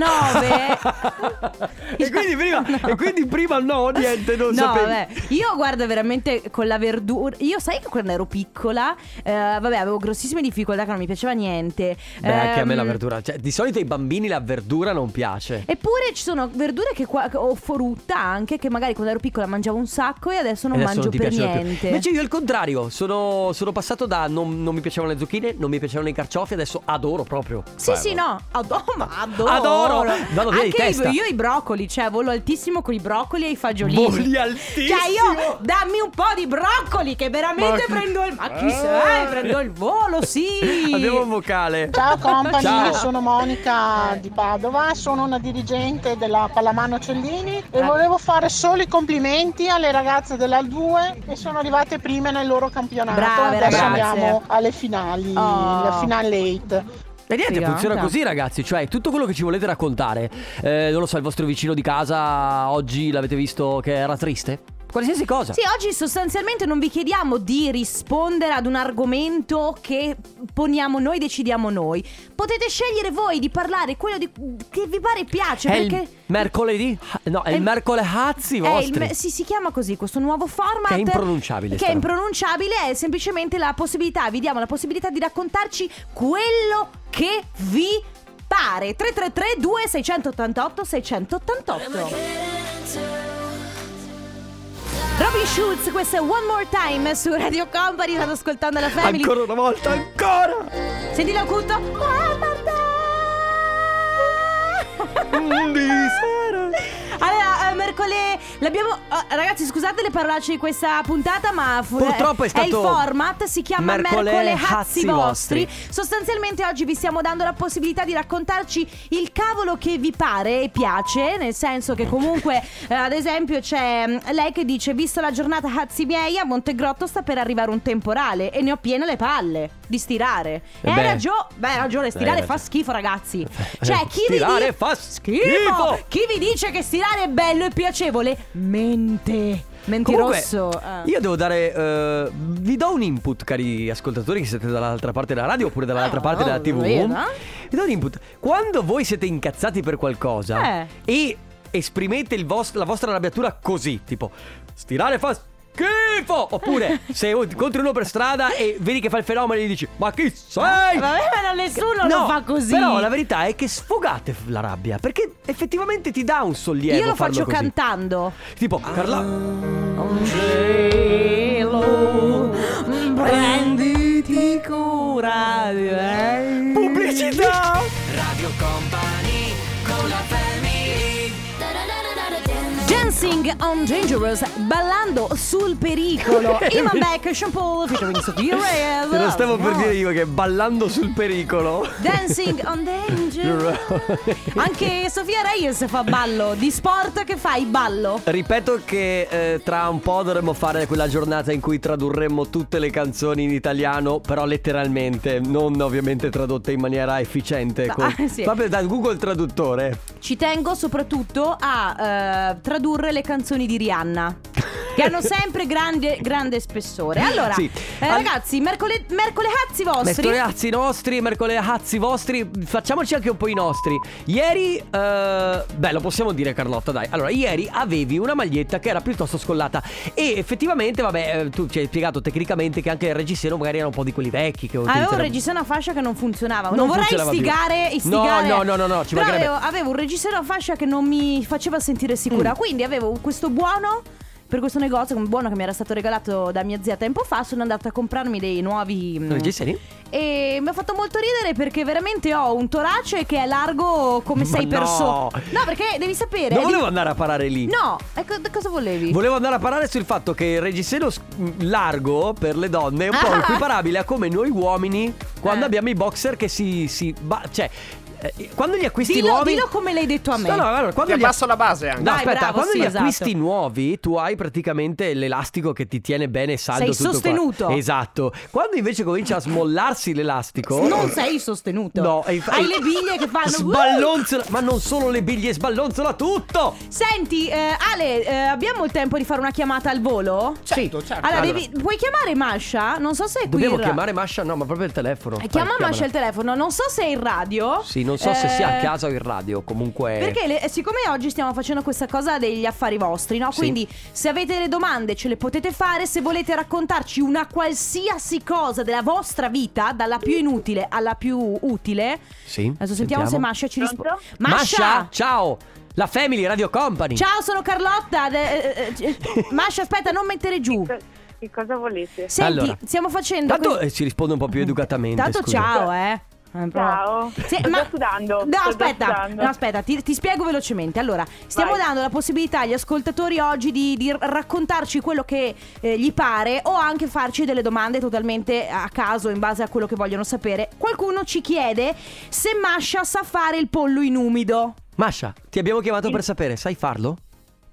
Speaker 1: 19.
Speaker 2: e, quindi prima, e quindi prima no, niente, non
Speaker 1: no,
Speaker 2: sapevi.
Speaker 1: vabbè, io guarda veramente con la verdura. Io sai che quando ero piccola, eh, vabbè, avevo grossissime difficoltà che non mi piaceva niente.
Speaker 2: Beh, anche a me la
Speaker 1: Ehm, Eh,
Speaker 2: verdura. Cioè, di solito ai bambini la verdura non piace.
Speaker 1: Eppure ci sono verdure che qua- o frutta anche che magari quando ero piccola mangiavo un sacco e adesso non
Speaker 2: E adesso
Speaker 1: mangio
Speaker 2: non ti
Speaker 1: per
Speaker 2: piacciono più.
Speaker 1: niente.
Speaker 2: Invece io il contrario, sono, sono passato da non, non mi piacevano le zucchine, non mi piacevano i carciofi, adesso adoro proprio.
Speaker 1: Sì,
Speaker 2: Beh,
Speaker 1: sì,
Speaker 2: no.
Speaker 1: no. Adoro, ma adoro.
Speaker 2: Adoro. No, lo vedi di
Speaker 1: Anche i-
Speaker 2: testa.
Speaker 1: io i broccoli, cioè volo altissimo con i broccoli e i fagiolini.
Speaker 2: Voli altissimo.
Speaker 1: Cioè io dammi un po' di broccoli che veramente
Speaker 2: Ma- Eh.
Speaker 1: prendo il Ma chi sai, prendo il volo, Oh, sì.
Speaker 2: Abbiamo un vocale.
Speaker 9: Ciao company,
Speaker 2: Ciao.
Speaker 9: io sono Monica di Padova, sono una dirigente della Pallamano Cellini e volevo fare solo i complimenti alle ragazze della 2 che sono arrivate prime nel loro campionato.
Speaker 1: Brave,
Speaker 9: Adesso
Speaker 1: ragazze.
Speaker 9: andiamo alle finali,
Speaker 1: Oh.
Speaker 9: la finale 8.
Speaker 2: E niente,
Speaker 1: Figata.
Speaker 2: funziona così ragazzi, cioè tutto quello che ci volete raccontare, eh, non lo so, il vostro vicino di casa oggi l'avete visto che era triste? Qualsiasi cosa.
Speaker 1: Sì, oggi sostanzialmente non vi chiediamo di rispondere ad un argomento che poniamo noi, decidiamo noi. Potete scegliere voi di parlare quello di- che vi pare e piace.
Speaker 2: è
Speaker 1: cioè, perché
Speaker 2: il mercoledì? No, è,
Speaker 1: È
Speaker 2: il
Speaker 1: il-
Speaker 2: mercoledazzi
Speaker 1: È
Speaker 2: vostri.
Speaker 1: il me- sì, si chiama così questo nuovo format.
Speaker 2: Che è impronunciabile,
Speaker 1: Che
Speaker 2: sta
Speaker 1: è
Speaker 2: roba.
Speaker 1: impronunciabile, è semplicemente la possibilità, vi diamo la possibilità di raccontarci quello che vi pare. 333 2688 688 Robin Schulz, questo è One More Time su Radio Company, state ascoltando la Family.
Speaker 2: Ancora una volta, ancora!
Speaker 1: Senti l'acuto. One more time.
Speaker 2: Mm, di sera.
Speaker 1: Allora, eh, mercoledì l'abbiamo. oh, ragazzi, scusate le parolacce di questa puntata, ma fu-
Speaker 2: Purtroppo è
Speaker 1: eh,
Speaker 2: stato
Speaker 1: il format, si chiama
Speaker 2: mercoledì
Speaker 1: Mercoledì
Speaker 2: Hazzi
Speaker 1: Hazzi vostri. Sostanzialmente oggi vi stiamo dando la possibilità di raccontarci il cavolo che vi pare e piace, nel senso che comunque, eh, ad esempio, c'è mm, lei che dice: Visto la giornata Hazzi miei, a Montegrotto sta per arrivare un temporale e ne ho piene le palle di stirare.
Speaker 2: Eh
Speaker 1: E
Speaker 2: beh.
Speaker 1: hai ragione, beh, hai ragione, stirare
Speaker 2: ragione.
Speaker 1: fa schifo, ragazzi. Cioè, chi vi
Speaker 2: Stirare
Speaker 1: di-
Speaker 2: fa schifo.
Speaker 1: schifo! Chi vi dice che stirare è bello e piacevole? Mente. Mentirosso.
Speaker 2: Comunque,
Speaker 1: Ah.
Speaker 2: io devo dare. eh, vi do un input, cari ascoltatori, che siete dall'altra parte della radio oppure dall'altra
Speaker 1: Ah,
Speaker 2: parte della TV.
Speaker 1: vero?
Speaker 2: Vi do un input. Quando voi siete incazzati per qualcosa
Speaker 1: Eh.
Speaker 2: e esprimete il vos- la vostra arrabbiatura così, tipo stirare fa. Schifo! Oppure se incontri uno per strada e vedi che fa il fenomeno e gli dici Ma chi sei?
Speaker 1: Ah, Vabbè, ma nessuno lo fa così.
Speaker 2: Però la verità è che sfogate la rabbia Perché effettivamente ti dà un sollievo
Speaker 1: Io lo
Speaker 2: farlo
Speaker 1: faccio
Speaker 2: così.
Speaker 1: cantando.
Speaker 2: Tipo Carla
Speaker 1: Prenditi cura di lei.
Speaker 2: Pubblicità
Speaker 1: Dancing on Dangerous, ballando sul pericolo. Iman Beck, shampoo, featuring Sophia Reyes.
Speaker 2: Te lo stavo per
Speaker 1: No.
Speaker 2: dire io che ballando sul pericolo
Speaker 1: Dancing on Dangerous. Anche Sofia Reyes fa ballo. Di sport che fai ballo.
Speaker 2: Ripeto che eh, tra un po' dovremmo fare quella giornata in cui tradurremmo tutte le canzoni in italiano, però letteralmente, non ovviamente tradotte in maniera efficiente.
Speaker 1: Ah,
Speaker 2: con-
Speaker 1: sì.
Speaker 2: Proprio da Google traduttore.
Speaker 1: Ci tengo soprattutto a eh, tradurre le canzoni di Rihanna. Che hanno sempre grande, grande spessore. Allora,
Speaker 2: Sì.
Speaker 1: eh,
Speaker 2: Al-
Speaker 1: ragazzi, mercoledì mercoledazzi vostri.
Speaker 2: Mercoledazzi nostri, mercoledazzi vostri, facciamoci anche un po' i nostri. Ieri, eh, beh, lo possiamo dire Carlotta, dai. Allora, ieri avevi una maglietta che era piuttosto scollata e effettivamente, vabbè, eh, tu ci hai spiegato tecnicamente che anche il reggiseno magari era un po' di quelli vecchi
Speaker 1: Avevo
Speaker 2: che
Speaker 1: un
Speaker 2: utilizzano-
Speaker 1: reggiseno a fascia che non funzionava. Non,
Speaker 2: Non
Speaker 1: vorrei
Speaker 2: funzionava più.
Speaker 1: istigare,
Speaker 2: No,
Speaker 1: istigare.
Speaker 2: no, no, no, no, ci
Speaker 1: Però
Speaker 2: mancherebbe. Mm.
Speaker 1: avevo, avevo un reggiseno a fascia che non mi faceva sentire sicura. Quindi avevo questo buono per questo negozio buono che mi era stato regalato da mia zia tempo fa. Sono andata a comprarmi dei nuovi. mm,
Speaker 2: Luigi, sei?
Speaker 1: E mi ha fatto molto ridere perché veramente ho un torace che è largo come
Speaker 2: Ma
Speaker 1: sei
Speaker 2: no.
Speaker 1: persone. No, perché devi sapere. è
Speaker 2: Non
Speaker 1: di-
Speaker 2: volevo andare a parare lì.
Speaker 1: No, e co- cosa volevi?
Speaker 2: Volevo andare a parlare sul fatto che il reggiseno s- mm, largo per le donne è un po'
Speaker 1: Ah.
Speaker 2: equiparabile a come noi uomini quando
Speaker 1: Eh.
Speaker 2: abbiamo i boxer che si... si ba- cioè, eh, quando gli acquisti
Speaker 1: dillo,
Speaker 2: nuovi...
Speaker 1: dillo come l'hai detto a me.
Speaker 2: No, no, allora, quando
Speaker 4: Ti
Speaker 2: gli ac-
Speaker 4: abbasso la base
Speaker 2: No,
Speaker 4: anche.
Speaker 1: Dai,
Speaker 2: aspetta,
Speaker 1: bravo,
Speaker 2: quando
Speaker 1: sì,
Speaker 2: gli
Speaker 1: esatto.
Speaker 2: acquisti nuovi tu hai praticamente l'elastico che ti tiene bene
Speaker 1: Sei
Speaker 2: saldo tutto qua.
Speaker 1: sostenuto.
Speaker 2: Esatto. Quando invece comincia a smollarsi l'elastico
Speaker 1: Non sei sostenuto.
Speaker 2: No, e infa-
Speaker 1: Hai le biglie che fanno.
Speaker 2: Sballonzola, ma non solo le biglie, sballonzola tutto.
Speaker 1: Senti, eh, Ale, eh, abbiamo il tempo di fare una chiamata al volo?
Speaker 4: Certo,
Speaker 1: sì.
Speaker 4: certo.
Speaker 1: Allora,
Speaker 2: Allora.
Speaker 1: devi- puoi chiamare Masha? Non so se è qui.
Speaker 2: Dobbiamo
Speaker 1: in ra-
Speaker 2: chiamare Masha, no, ma proprio il telefono.
Speaker 1: Eh,
Speaker 2: Vai,
Speaker 1: Chiama
Speaker 2: chiamala.
Speaker 1: Masha il telefono. Non so se è in radio.
Speaker 2: Sì, non so se
Speaker 1: Eh,
Speaker 2: sia a casa o in radio, comunque
Speaker 1: Perché le- siccome oggi stiamo facendo questa cosa degli affari vostri, no?
Speaker 2: Sì.
Speaker 1: Quindi se avete le domande ce le potete fare, se volete raccontarci una qualsiasi cosa della vostra vita, dalla più inutile alla più utile.
Speaker 2: Sì,
Speaker 1: Adesso sentiamo,
Speaker 2: sentiamo.
Speaker 1: se Masha ci risponde.
Speaker 6: Pronto?
Speaker 2: Masha, ciao! La Family Radio Company.
Speaker 1: Ciao, sono Carlotta. De- eh, eh, eh, Masha, aspetta, non mettere giù.
Speaker 6: Che cosa volete?
Speaker 1: Senti,
Speaker 2: Allora.
Speaker 1: stiamo facendo.
Speaker 2: Tanto
Speaker 1: que-
Speaker 2: eh, si risponde un po' più educatamente.
Speaker 1: Tanto
Speaker 2: scusa.
Speaker 1: ciao, eh. Eh, però-
Speaker 6: Ciao.
Speaker 1: Se-
Speaker 6: Sto già sudando,
Speaker 1: No,
Speaker 6: sto già
Speaker 1: aspetta,
Speaker 6: sudando.
Speaker 1: no, aspetta, ti, ti spiego velocemente. Allora, stiamo
Speaker 6: Vai.
Speaker 1: dando la possibilità agli ascoltatori oggi di, di raccontarci quello che eh, gli pare o anche farci delle domande totalmente a caso in base a quello che vogliono sapere. Qualcuno ci chiede se Masha sa fare il pollo in umido.
Speaker 2: Masha, ti abbiamo chiamato per sapere, sai farlo?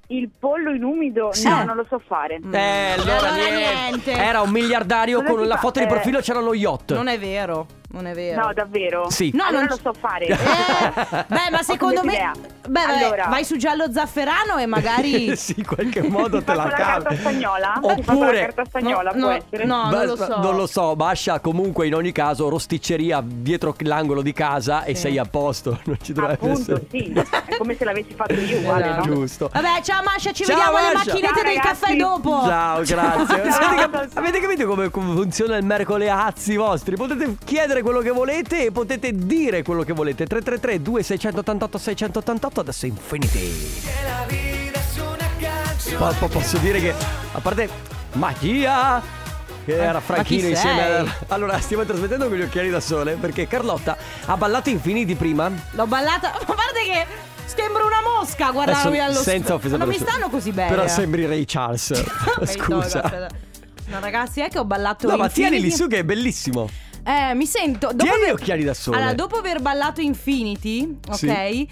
Speaker 6: Il pollo in umido?
Speaker 1: Sì. Mm.
Speaker 6: No, non lo so fare.
Speaker 2: Eh, allora,
Speaker 1: Allora
Speaker 2: niente.
Speaker 1: niente.
Speaker 2: Era un miliardario
Speaker 6: Cosa
Speaker 2: con
Speaker 6: si
Speaker 2: la
Speaker 6: fa?
Speaker 2: foto di
Speaker 6: Eh,
Speaker 2: profilo c'era lo yacht.
Speaker 1: Non è vero, non è vero.
Speaker 6: No, davvero?
Speaker 2: Sì.
Speaker 1: No,
Speaker 6: allora
Speaker 1: non
Speaker 6: lo
Speaker 1: c-
Speaker 6: so fare.
Speaker 1: Eh, beh, ma
Speaker 6: Ho
Speaker 1: secondo me.
Speaker 6: cambiato
Speaker 1: Beh,
Speaker 6: idea.
Speaker 1: beh,
Speaker 6: Allora.
Speaker 1: vai su giallo zafferano e magari.
Speaker 2: sì, in qualche modo
Speaker 6: Ti
Speaker 2: te la
Speaker 6: faccio la carta
Speaker 2: cavi.
Speaker 6: spagnola? Ti faccio la
Speaker 2: Oppure
Speaker 6: carta spagnola,
Speaker 1: No,
Speaker 6: può
Speaker 1: no,
Speaker 6: essere?
Speaker 1: no,
Speaker 2: Beh,
Speaker 1: non lo so.
Speaker 2: Non lo so, Masha, comunque in ogni caso rosticceria dietro l'angolo di casa e
Speaker 1: Sì.
Speaker 2: sei a posto, non ci dovrebbe
Speaker 6: Appunto,
Speaker 2: essere.
Speaker 6: sì. È come se l'avessi fatto io,
Speaker 1: Esatto.
Speaker 6: uguale, no?
Speaker 2: Giusto.
Speaker 1: Vabbè, ciao Masha, ci
Speaker 2: Ciao,
Speaker 1: vediamo alle
Speaker 2: Masha.
Speaker 1: macchinette
Speaker 6: Ciao,
Speaker 1: del
Speaker 6: ragazzi.
Speaker 1: caffè dopo.
Speaker 2: Ciao, grazie.
Speaker 6: Ciao.
Speaker 2: Avete, cap- avete capito come com- funziona il mercoleazzi vostri? Potete chiedere quello che volete e potete dire quello che volete. 333 2688 688 adesso è Infinity. Po- po- posso dire che a parte magia che era Franchino
Speaker 1: chi
Speaker 2: insieme
Speaker 1: sei?
Speaker 2: a... Allora, stiamo trasmettendo con gli occhiali da sole perché Carlotta ha ballato Infinity prima.
Speaker 1: L'ho ballata. Ma guarda che sembra una mosca a guardarmi
Speaker 2: Adesso
Speaker 1: allo
Speaker 2: senza offesa
Speaker 1: Ma non
Speaker 2: per
Speaker 1: mi
Speaker 2: nessuno.
Speaker 1: stanno così bene.
Speaker 2: Però sembri Ray Charles.
Speaker 1: Beh, no,
Speaker 2: Scusa.
Speaker 1: guarda. No, ragazzi, è che ho ballato
Speaker 2: No, ma
Speaker 1: Infinity.
Speaker 2: tienili su che è bellissimo.
Speaker 1: Eh, mi sento. Dopo
Speaker 2: Tieni gli
Speaker 1: aver-
Speaker 2: occhiali da sole.
Speaker 1: Allora, dopo aver ballato Infinity, ok?
Speaker 2: Sì.
Speaker 1: eh,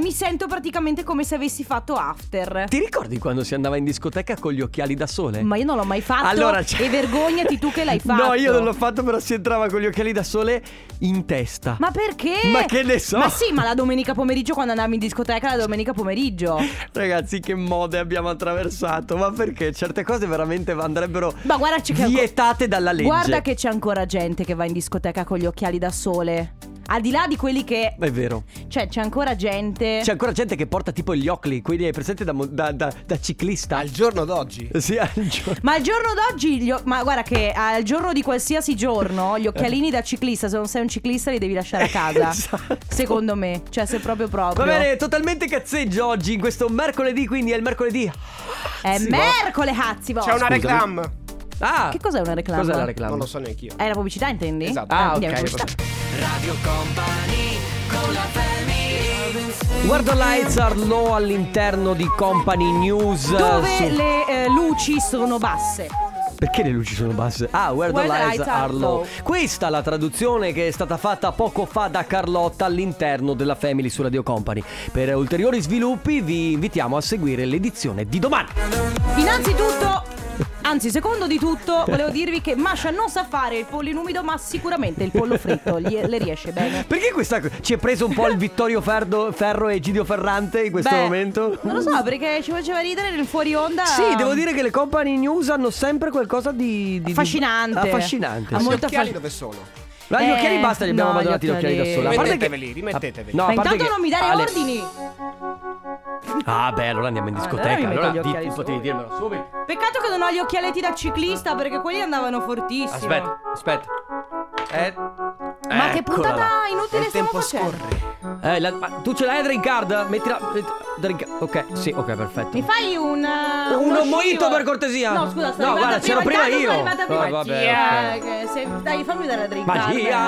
Speaker 1: mi sento praticamente come se avessi fatto after.
Speaker 2: Ti ricordi quando si andava in discoteca con gli occhiali da sole?
Speaker 1: Ma io non l'ho mai fatto.
Speaker 2: Allora, c'è-
Speaker 1: E vergognati tu che l'hai fatto.
Speaker 2: No, io non l'ho fatto, però si entrava con gli occhiali da sole in testa.
Speaker 1: Ma perché?
Speaker 2: Ma che ne so?
Speaker 1: Ma sì, ma la domenica pomeriggio quando andavi in discoteca, la domenica pomeriggio.
Speaker 2: Ragazzi, che mode abbiamo attraversato. Ma perché certe cose veramente andrebbero
Speaker 1: Ma guarda c'è che
Speaker 2: vietate dalla legge.
Speaker 1: Guarda che c'è ancora gente che va in discoteca con gli occhiali da sole. Al di là di quelli che
Speaker 2: È vero.
Speaker 1: cioè c'è ancora gente
Speaker 2: C'è ancora gente che porta tipo gli occhi, quelli hai presente da, mo- da- da- da ciclista.
Speaker 4: Al giorno d'oggi.
Speaker 2: Sì, al giorno.
Speaker 1: ma al giorno d'oggi, gli o- ma guarda che al giorno di qualsiasi giorno, gli occhialini da ciclista, se non sei un ciclista li devi lasciare a casa.
Speaker 2: Esatto.
Speaker 1: Secondo me, cioè se proprio proprio.
Speaker 2: Va bene, totalmente cazzeggio oggi, in questo mercoledì, quindi è il mercoledì.
Speaker 1: È
Speaker 2: Sì,
Speaker 1: mercoledì, cazzi,
Speaker 4: C'è una
Speaker 1: vostri.
Speaker 4: reclam.
Speaker 2: Ah!
Speaker 1: Che cos'è una reclama?
Speaker 2: Cos'è la reclama?
Speaker 4: Non lo so neanche io.
Speaker 1: È la pubblicità, intendi?
Speaker 4: Esatto.
Speaker 2: Ah,
Speaker 1: quindi è
Speaker 2: ok,
Speaker 1: una pubblicità.
Speaker 2: Guarda Lights are low all'interno di Company News.
Speaker 1: Dove
Speaker 2: Su-
Speaker 1: le eh, luci sono basse.
Speaker 2: Perché le luci sono basse? Ah, where, the lights, are low. Questa è la traduzione che è stata fatta poco fa da Carlotta all'interno della Family su Radio Company. Per ulteriori sviluppi vi invitiamo a seguire l'edizione di domani.
Speaker 1: Innanzitutto, anzi, secondo di tutto, volevo dirvi che Masha non sa fare il pollo in umido, ma sicuramente il pollo fritto gli- le riesce bene.
Speaker 2: Perché questa co- ci è preso un po' il Vittorio Ferdo- Ferro e Gidio Ferrante in questo
Speaker 1: Beh,
Speaker 2: momento?
Speaker 1: Non lo so, perché ci faceva ridere nel fuori onda.
Speaker 2: Sì, devo dire che le company news hanno sempre qualcosa di, di-
Speaker 1: Affascinante.
Speaker 2: di- affascinante.
Speaker 1: Ha
Speaker 2: sì.
Speaker 1: molto
Speaker 4: Gli occhiali
Speaker 1: fa-
Speaker 4: dove sono?
Speaker 2: Ma gli
Speaker 1: Eh,
Speaker 2: occhiali basta, li abbiamo
Speaker 1: no, gli
Speaker 2: abbandonati gli occhiali da
Speaker 1: occhiali-
Speaker 2: sole. A parte che-
Speaker 4: Rimetteteveli, rimetteteveli.
Speaker 2: No, a
Speaker 1: Ma
Speaker 2: parte
Speaker 1: intanto
Speaker 2: che-
Speaker 1: non mi dare
Speaker 2: Ale-
Speaker 1: ordini.
Speaker 2: Ah, beh, allora andiamo in
Speaker 1: allora
Speaker 2: discoteca.
Speaker 1: Eh, mi metto
Speaker 2: Allora,
Speaker 1: gli
Speaker 2: di-
Speaker 1: occhiali
Speaker 2: potevi
Speaker 1: soli.
Speaker 2: dirmelo subito.
Speaker 1: Peccato che non ho gli occhialetti da ciclista, perché quelli andavano fortissimo.
Speaker 2: Aspetta, aspetta. Eh,
Speaker 1: Ma che
Speaker 2: eccola
Speaker 1: puntata
Speaker 2: là.
Speaker 1: inutile stiamo facendo?
Speaker 2: Eh, la- ma tu ce l'hai la drink card? Mettila. metti- drink. Ok, sì, ok, perfetto.
Speaker 1: Mi fai un. eh,
Speaker 2: Uno
Speaker 1: uno
Speaker 2: mojito
Speaker 1: scivolo?
Speaker 2: per cortesia.
Speaker 1: No, scusa, sono
Speaker 2: No,
Speaker 1: arrivata
Speaker 2: guarda,
Speaker 1: prima.
Speaker 2: c'ero prima
Speaker 1: Intanto
Speaker 2: io.
Speaker 1: Sono arrivata prima.
Speaker 2: Oh, vabbè,
Speaker 1: Tia,
Speaker 2: ok.
Speaker 1: che se- Dai, fammi dare a drinkare.
Speaker 2: Magia!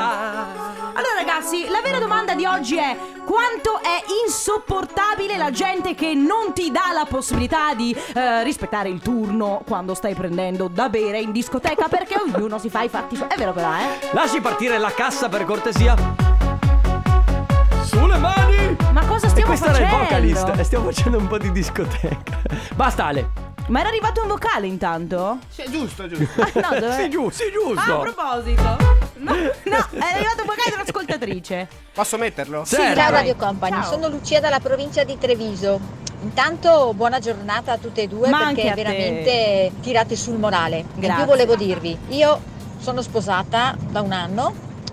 Speaker 1: Allora ragazzi, la vera domanda di oggi è quanto è insopportabile la gente che non ti dà la possibilità di eh, rispettare il turno quando stai prendendo da bere in discoteca perché ognuno si fa i fatti suoi. È vero però, eh?
Speaker 2: Lasci partire la cassa per cortesia. Sulle mani!
Speaker 1: Ma cosa
Speaker 2: E
Speaker 1: stiamo
Speaker 2: questo
Speaker 1: facendo?
Speaker 2: era il vocalist. E stiamo facendo un po' di discoteca. Basta Ale.
Speaker 1: Ma era arrivato un vocale intanto?
Speaker 4: Sì, giusto, giusto.
Speaker 1: Ah, no, dove-
Speaker 2: Sì, giusto, sì,
Speaker 1: Ah, a
Speaker 2: giusto.
Speaker 1: proposito. No, no, è arrivato un vocale dell'ascoltatrice.
Speaker 4: Posso metterlo?
Speaker 2: Certo.
Speaker 10: Ciao Radio Company,
Speaker 1: Ciao.
Speaker 10: sono Lucia dalla provincia di Treviso. Intanto buona giornata a tutte e due
Speaker 1: Ma anche
Speaker 10: perché
Speaker 1: a te.
Speaker 10: veramente tirate sul morale.
Speaker 1: Grazie.
Speaker 10: In più volevo dirvi, io sono sposata da un anno,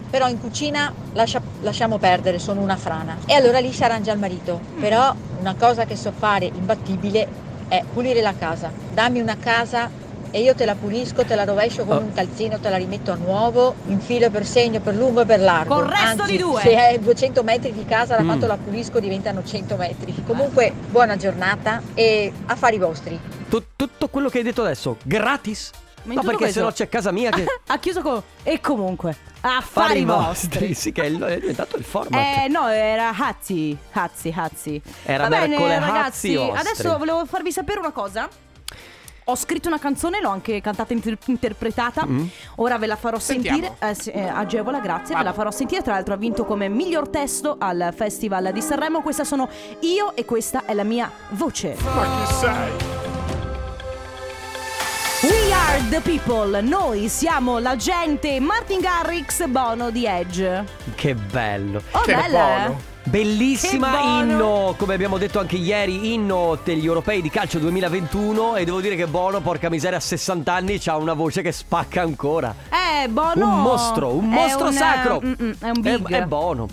Speaker 10: però in cucina lascia- lasciamo perdere, sono una frana. E allora lì si arrangia il marito.
Speaker 1: Mm.
Speaker 10: Però una cosa che so fare imbattibile è pulire la casa. Dammi una casa e io te la pulisco, te la rovescio con
Speaker 2: Oh.
Speaker 10: un calzino, te la rimetto a nuovo, in filo per segno, per lungo e per largo.
Speaker 1: Col resto
Speaker 10: Anzi,
Speaker 1: di
Speaker 10: eh.
Speaker 1: due.
Speaker 10: Se è 200 metri di casa, la
Speaker 2: Mm.
Speaker 10: quanto la pulisco diventano 100 metri. Comunque, buona giornata e affari vostri.
Speaker 2: Tu- tutto quello che hai detto adesso, gratis?
Speaker 1: Ma in
Speaker 2: no,
Speaker 1: tutto
Speaker 2: perché
Speaker 1: questo-
Speaker 2: se no c'è casa mia che.
Speaker 1: ha chiuso con. E comunque,
Speaker 2: Fare
Speaker 1: affari
Speaker 2: i
Speaker 1: vostri.
Speaker 2: Sì, che è, il- è diventato il format.
Speaker 1: Eh no, era Hazzi, Hazzi, Hazzi.
Speaker 2: Era
Speaker 1: Va bene,
Speaker 2: Mercole
Speaker 1: ragazzi,
Speaker 2: Hazzi vostri.
Speaker 1: adesso volevo farvi sapere una cosa. Ho scritto una canzone, l'ho anche cantata e inter- interpretata.
Speaker 2: Mm.
Speaker 1: Ora ve la farò
Speaker 4: Sentiamo.
Speaker 1: sentire. Eh, sì, eh, agevola, grazie. Ve la farò sentire. Tra l'altro, ha vinto come miglior testo al Festival di Sanremo. Questa sono io e questa è la mia voce.
Speaker 4: Ma chi sei?
Speaker 1: We are the people. Noi siamo la gente. Martin Garrix, Bono di Edge.
Speaker 2: Che bello.
Speaker 1: Oh,
Speaker 4: Che
Speaker 1: bella,
Speaker 4: Bono.
Speaker 1: eh? Che
Speaker 2: Bellissima
Speaker 1: buono.
Speaker 2: inno, come abbiamo detto anche ieri, inno degli europei di calcio 2021 e devo dire che Bono, porca miseria, a 60 anni ha una voce che spacca ancora.
Speaker 1: Eh, Bono.
Speaker 2: Un mostro, un
Speaker 1: è
Speaker 2: mostro
Speaker 1: un, eh,
Speaker 2: sacro.
Speaker 1: mm, mm, è un big.
Speaker 2: È, Bono.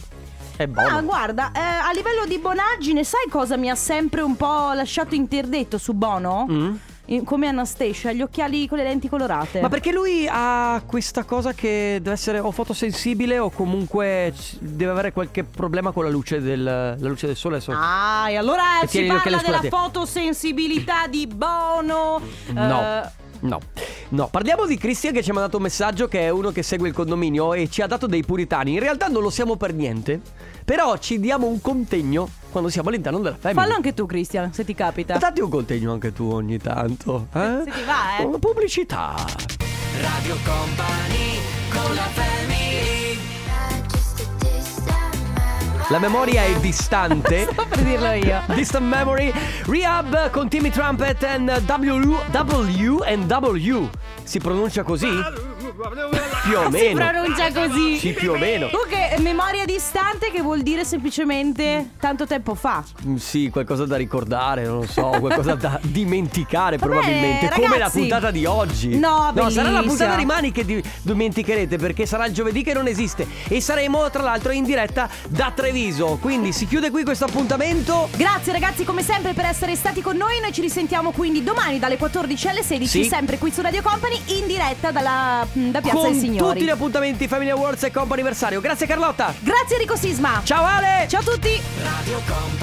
Speaker 2: È
Speaker 1: Ah,
Speaker 2: Bono.
Speaker 1: guarda, eh, a livello di bonaggine, sai cosa mi ha sempre un po' lasciato interdetto su Bono?
Speaker 2: Mm?
Speaker 1: In- Come Anastasia, gli occhiali con le lenti colorate.
Speaker 2: Ma perché lui ha questa cosa che deve essere o fotosensibile o comunque c- deve avere qualche problema con la luce del, la luce del sole? adesso-
Speaker 1: Ah, e allora
Speaker 2: E
Speaker 1: si
Speaker 2: tieni gli
Speaker 1: parla
Speaker 2: occhiali
Speaker 1: della
Speaker 2: scolati.
Speaker 1: fotosensibilità di Bono.
Speaker 2: No.
Speaker 1: Eh,
Speaker 2: No, no, parliamo di Christian che ci ha mandato un messaggio che è uno che segue il condominio e ci ha dato dei puritani. In realtà non lo siamo per niente, però ci diamo un contegno quando siamo all'interno della family.
Speaker 1: fallo anche tu, Cristian, se ti capita.
Speaker 2: Datti un contegno anche tu ogni tanto. Eh?
Speaker 1: Se ti va, eh.
Speaker 2: Una pubblicità. La memoria
Speaker 1: Eh.
Speaker 2: è distante.
Speaker 1: Sto per dirlo io.
Speaker 2: Distant Memory Rehab con Timmy Trumpet and W W and W Si pronuncia così? Più o
Speaker 1: Si
Speaker 2: meno
Speaker 1: pronuncia così.
Speaker 2: Sì più o meno
Speaker 1: Tu che memoria distante che vuol dire semplicemente tanto tempo fa.
Speaker 2: Mm, Sì qualcosa da ricordare Non lo so Qualcosa da dimenticare
Speaker 1: Vabbè,
Speaker 2: probabilmente Come la
Speaker 1: ragazzi.
Speaker 2: puntata di oggi
Speaker 1: No,
Speaker 2: sarà
Speaker 1: bellissima.
Speaker 2: la puntata rimani che di- dimenticherete Perché sarà il giovedì che non esiste E saremo tra l'altro in diretta da Treviso Quindi si chiude qui questo appuntamento
Speaker 1: Grazie ragazzi come sempre per essere stati con noi, noi ci risentiamo quindi domani dalle 14 alle 16
Speaker 2: Sì.
Speaker 1: sempre qui su Radio Company in diretta dalla, mm, da Piazza
Speaker 2: Con
Speaker 1: dei Signori.
Speaker 2: tutti gli appuntamenti Family Awards e Comp Anniversario Grazie Carlotta
Speaker 1: Grazie Enrico Sisma.
Speaker 2: Ciao Ale
Speaker 1: Ciao a tutti.
Speaker 2: Radio Company